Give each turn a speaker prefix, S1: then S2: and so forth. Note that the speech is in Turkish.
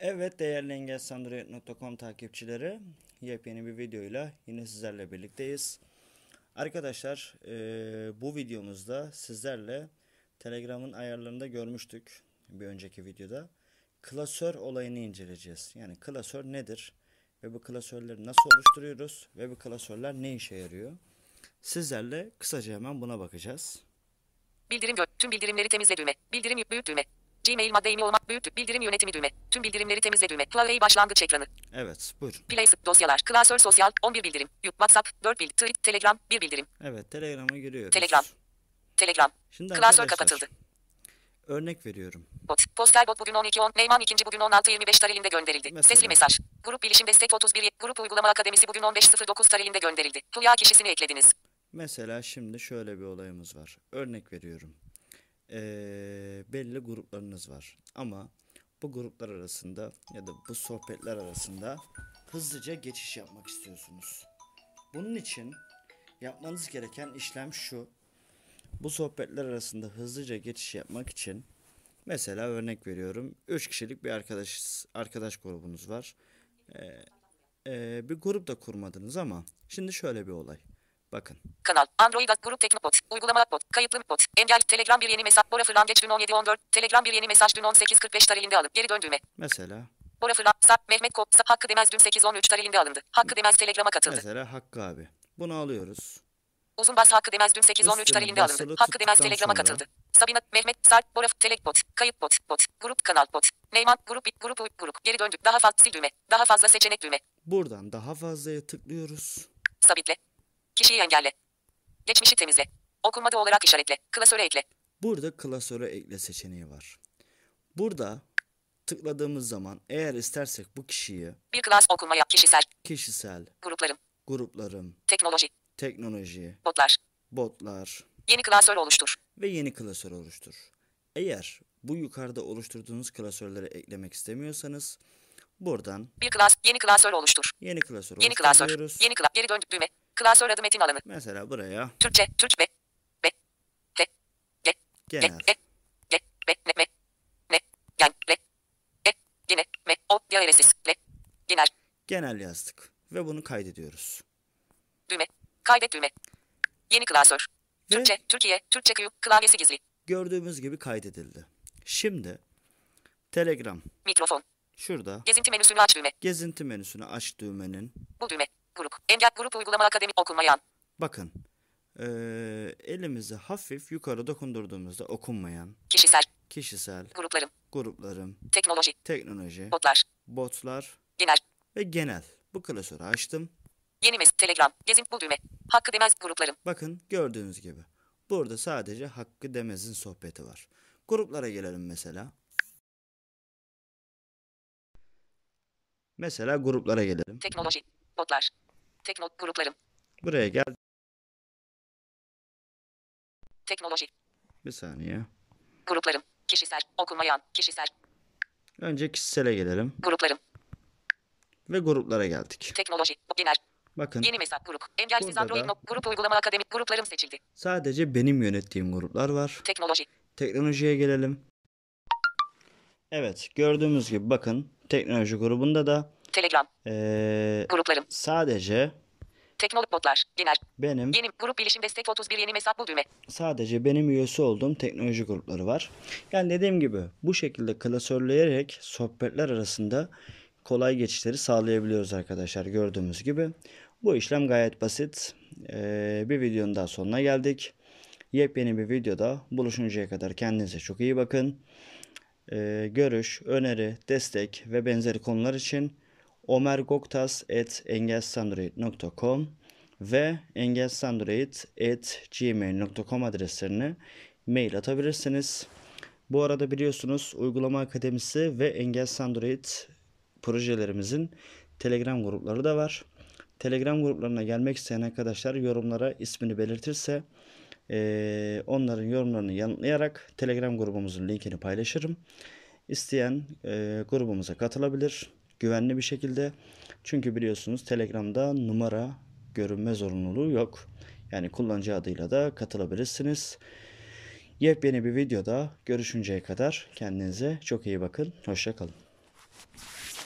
S1: Evet değerli engelsandroid.com takipçileri yepyeni bir videoyla yine sizlerle birlikteyiz. Arkadaşlar eee, bu videomuzda sizlerle Telegram'ın ayarlarında görmüştük bir önceki videoda. Klasör olayını inceleyeceğiz. Yani klasör nedir ve bu klasörleri nasıl oluşturuyoruz ve bu klasörler ne işe yarıyor? Sizlerle kısaca hemen buna bakacağız.
S2: Bildirim gö- tüm bildirimleri temizle düğme. Bildirim yük büyük düğme. Gmail madde email olmak büyük dü- bildirim yönetimi düğme. Tüm bildirimleri temizle düğme. Huawei başlangıç ekranı.
S1: Evet buyurun.
S2: Play Store, dosyalar. Klasör sosyal 11 bildirim. Yük WhatsApp 4 bildirim. Twitter, Telegram 1 bildirim.
S1: Evet Telegram'a giriyoruz.
S2: Telegram. Telegram.
S1: Şimdi
S2: Klasör
S1: arkadaşlar,
S2: kapatıldı.
S1: Örnek veriyorum.
S2: Bot. Postal bot bugün 12.10. Neyman ikinci bugün 16.25 tarihinde gönderildi.
S1: Mesela.
S2: Sesli mesaj. Grup bilişim destek 31. Grup uygulama akademisi bugün 15.09 tarihinde gönderildi. Hülya kişisini eklediniz.
S1: Mesela şimdi şöyle bir olayımız var. Örnek veriyorum. Ee, belli gruplarınız var. Ama bu gruplar arasında ya da bu sohbetler arasında hızlıca geçiş yapmak istiyorsunuz. Bunun için yapmanız gereken işlem şu. Bu sohbetler arasında hızlıca geçiş yapmak için mesela örnek veriyorum. 3 kişilik bir arkadaş arkadaş grubunuz var. Ee, bir grup da kurmadınız ama şimdi şöyle bir olay. Bakın.
S2: Kanal. Android at grup teknobot. Uygulama bot. Kayıtlı bot. Engel. Telegram bir yeni mesaj. Bora Fırlan geç dün 17.14. Telegram bir yeni mesaj dün 18.45 tarihinde alıp geri döndüğüme.
S1: Mesela
S2: Bora Fırlan. Sarp Mehmet Kop. Sarp Hakkı Demez dün 8.13 tarihinde alındı. Hakkı Demez Telegram'a katıldı.
S1: mesela Hakkı abi. Bunu alıyoruz.
S2: Uzun bas Hakkı Demez dün 8.13
S1: Üstünün
S2: tarihinde alındı.
S1: basılı
S2: Hakkı Demez
S1: tuttuktan
S2: Telegram'a
S1: sonra-
S2: katıldı. Sabina, Mehmet, Sarp, Bora, Telek bot, kayıt bot, bot, grup kanal bot, Neyman, grup, grup, grup, grup, geri döndük, daha fazla sil düğme, daha fazla seçenek düğme,
S1: Buradan daha fazlaya tıklıyoruz.
S2: sabitle, kişiyi engelle, geçmişi temizle, okunmadı olarak işaretle, klasöre ekle,
S1: Burada klasöre ekle seçeneği var. Burada tıkladığımız zaman eğer istersek bu kişiyi
S2: bir klas okunmaya, kişisel,
S1: kişisel,
S2: gruplarım,
S1: gruplarım,
S2: teknoloji,
S1: teknoloji,
S2: botlar,
S1: botlar
S2: yeni klasör oluştur,
S1: ve yeni klasör oluştur. Eğer bu yukarıda oluşturduğunuz klasörleri eklemek istemiyorsanız buradan
S2: bir klas, yeni klasör oluştur,
S1: yeni klasör
S2: yeni klasör,
S1: oluşturuyoruz.
S2: yeni klas, geri döndük düğme, klasör adı metin alanı,
S1: Mesela buraya
S2: Türkçe, Türkçe, B, B, B,
S1: genel genel yazdık ve bunu kaydediyoruz.
S2: Düğme. Kaydet düğme. Yeni klasör.
S1: Ve-
S2: Türkçe, Türkiye, Türkçe Q, klavyesi gizli.
S1: gördüğümüz gibi kaydedildi. Şimdi Telegram
S2: Mikrofon.
S1: şurada
S2: Gezinti menüsünü aç düğme.
S1: gezinti menüsünü aç düğmenin
S2: Bu düğme. Grup. Engel grup uygulama akademi okunmayan.
S1: bakın eee, elimizi hafif yukarı dokundurduğumuzda okunmayan
S2: Kişisel.
S1: kişisel
S2: Gruplarım.
S1: gruplarım,
S2: Teknoloji.
S1: teknoloji,
S2: Botlar.
S1: botlar
S2: Genel.
S1: ve genel bu klasörü açtım.
S2: Yeni mes. Telegram. Gezint bu düğme. Hakkı demez gruplarım.
S1: Bakın gördüğünüz gibi burada sadece Hakkı Demez'in sohbeti var. Gruplara gelelim mesela. Mesela gruplara gelelim.
S2: Teknoloji. Botlar. Tekno gruplarım.
S1: Buraya gel
S2: Teknoloji.
S1: bir saniye.
S2: Gruplarım. Kişisel. Okunmayan. Kişisel.
S1: Önce kişisele gelelim
S2: Gruplarım.
S1: ve gruplara geldik.
S2: Teknoloji. Genel.
S1: Bakın
S2: Yeni mesaj grup. Engelsiz
S1: Burada
S2: Android
S1: da-
S2: nok- grup uygulama akademik gruplarım seçildi.
S1: sadece benim yönettiğim gruplar var.
S2: Teknoloji.
S1: Teknolojiye gelelim. Evet gördüğümüz gibi bakın teknoloji grubunda da
S2: Telegram.
S1: eee,
S2: Gruplarım.
S1: sadece
S2: Teknoloji botlar. Genel.
S1: benim
S2: Yeni grup bilişim destek 31 yeni mesaj bu düğme.
S1: sadece benim üyesi olduğum teknoloji grupları var. Yani dediğim gibi bu şekilde klasörleyerek sohbetler arasında kolay geçişleri sağlayabiliyoruz arkadaşlar gördüğümüz gibi. Bu işlem gayet basit. Ee, bir videonun daha sonuna geldik. Yepyeni bir videoda buluşuncaya kadar kendinize çok iyi bakın. Ee, görüş, öneri, destek ve benzeri konular için omergoktas.engelsandroid.com ve engelsandroid.gmail.com adreslerine mail atabilirsiniz. Bu arada biliyorsunuz Uygulama Akademisi ve Engel Sandroid projelerimizin Telegram grupları da var. Telegram gruplarına gelmek isteyen arkadaşlar yorumlara ismini belirtirse eee, onların yorumlarını yanıtlayarak Telegram grubumuzun linkini paylaşırım. İsteyen eee, grubumuza katılabilir güvenli bir şekilde. Çünkü biliyorsunuz Telegram'da numara görünme zorunluluğu yok. Yani kullanıcı adıyla da katılabilirsiniz. Yepyeni bir videoda görüşünceye kadar kendinize çok iyi bakın. Hoşça kalın.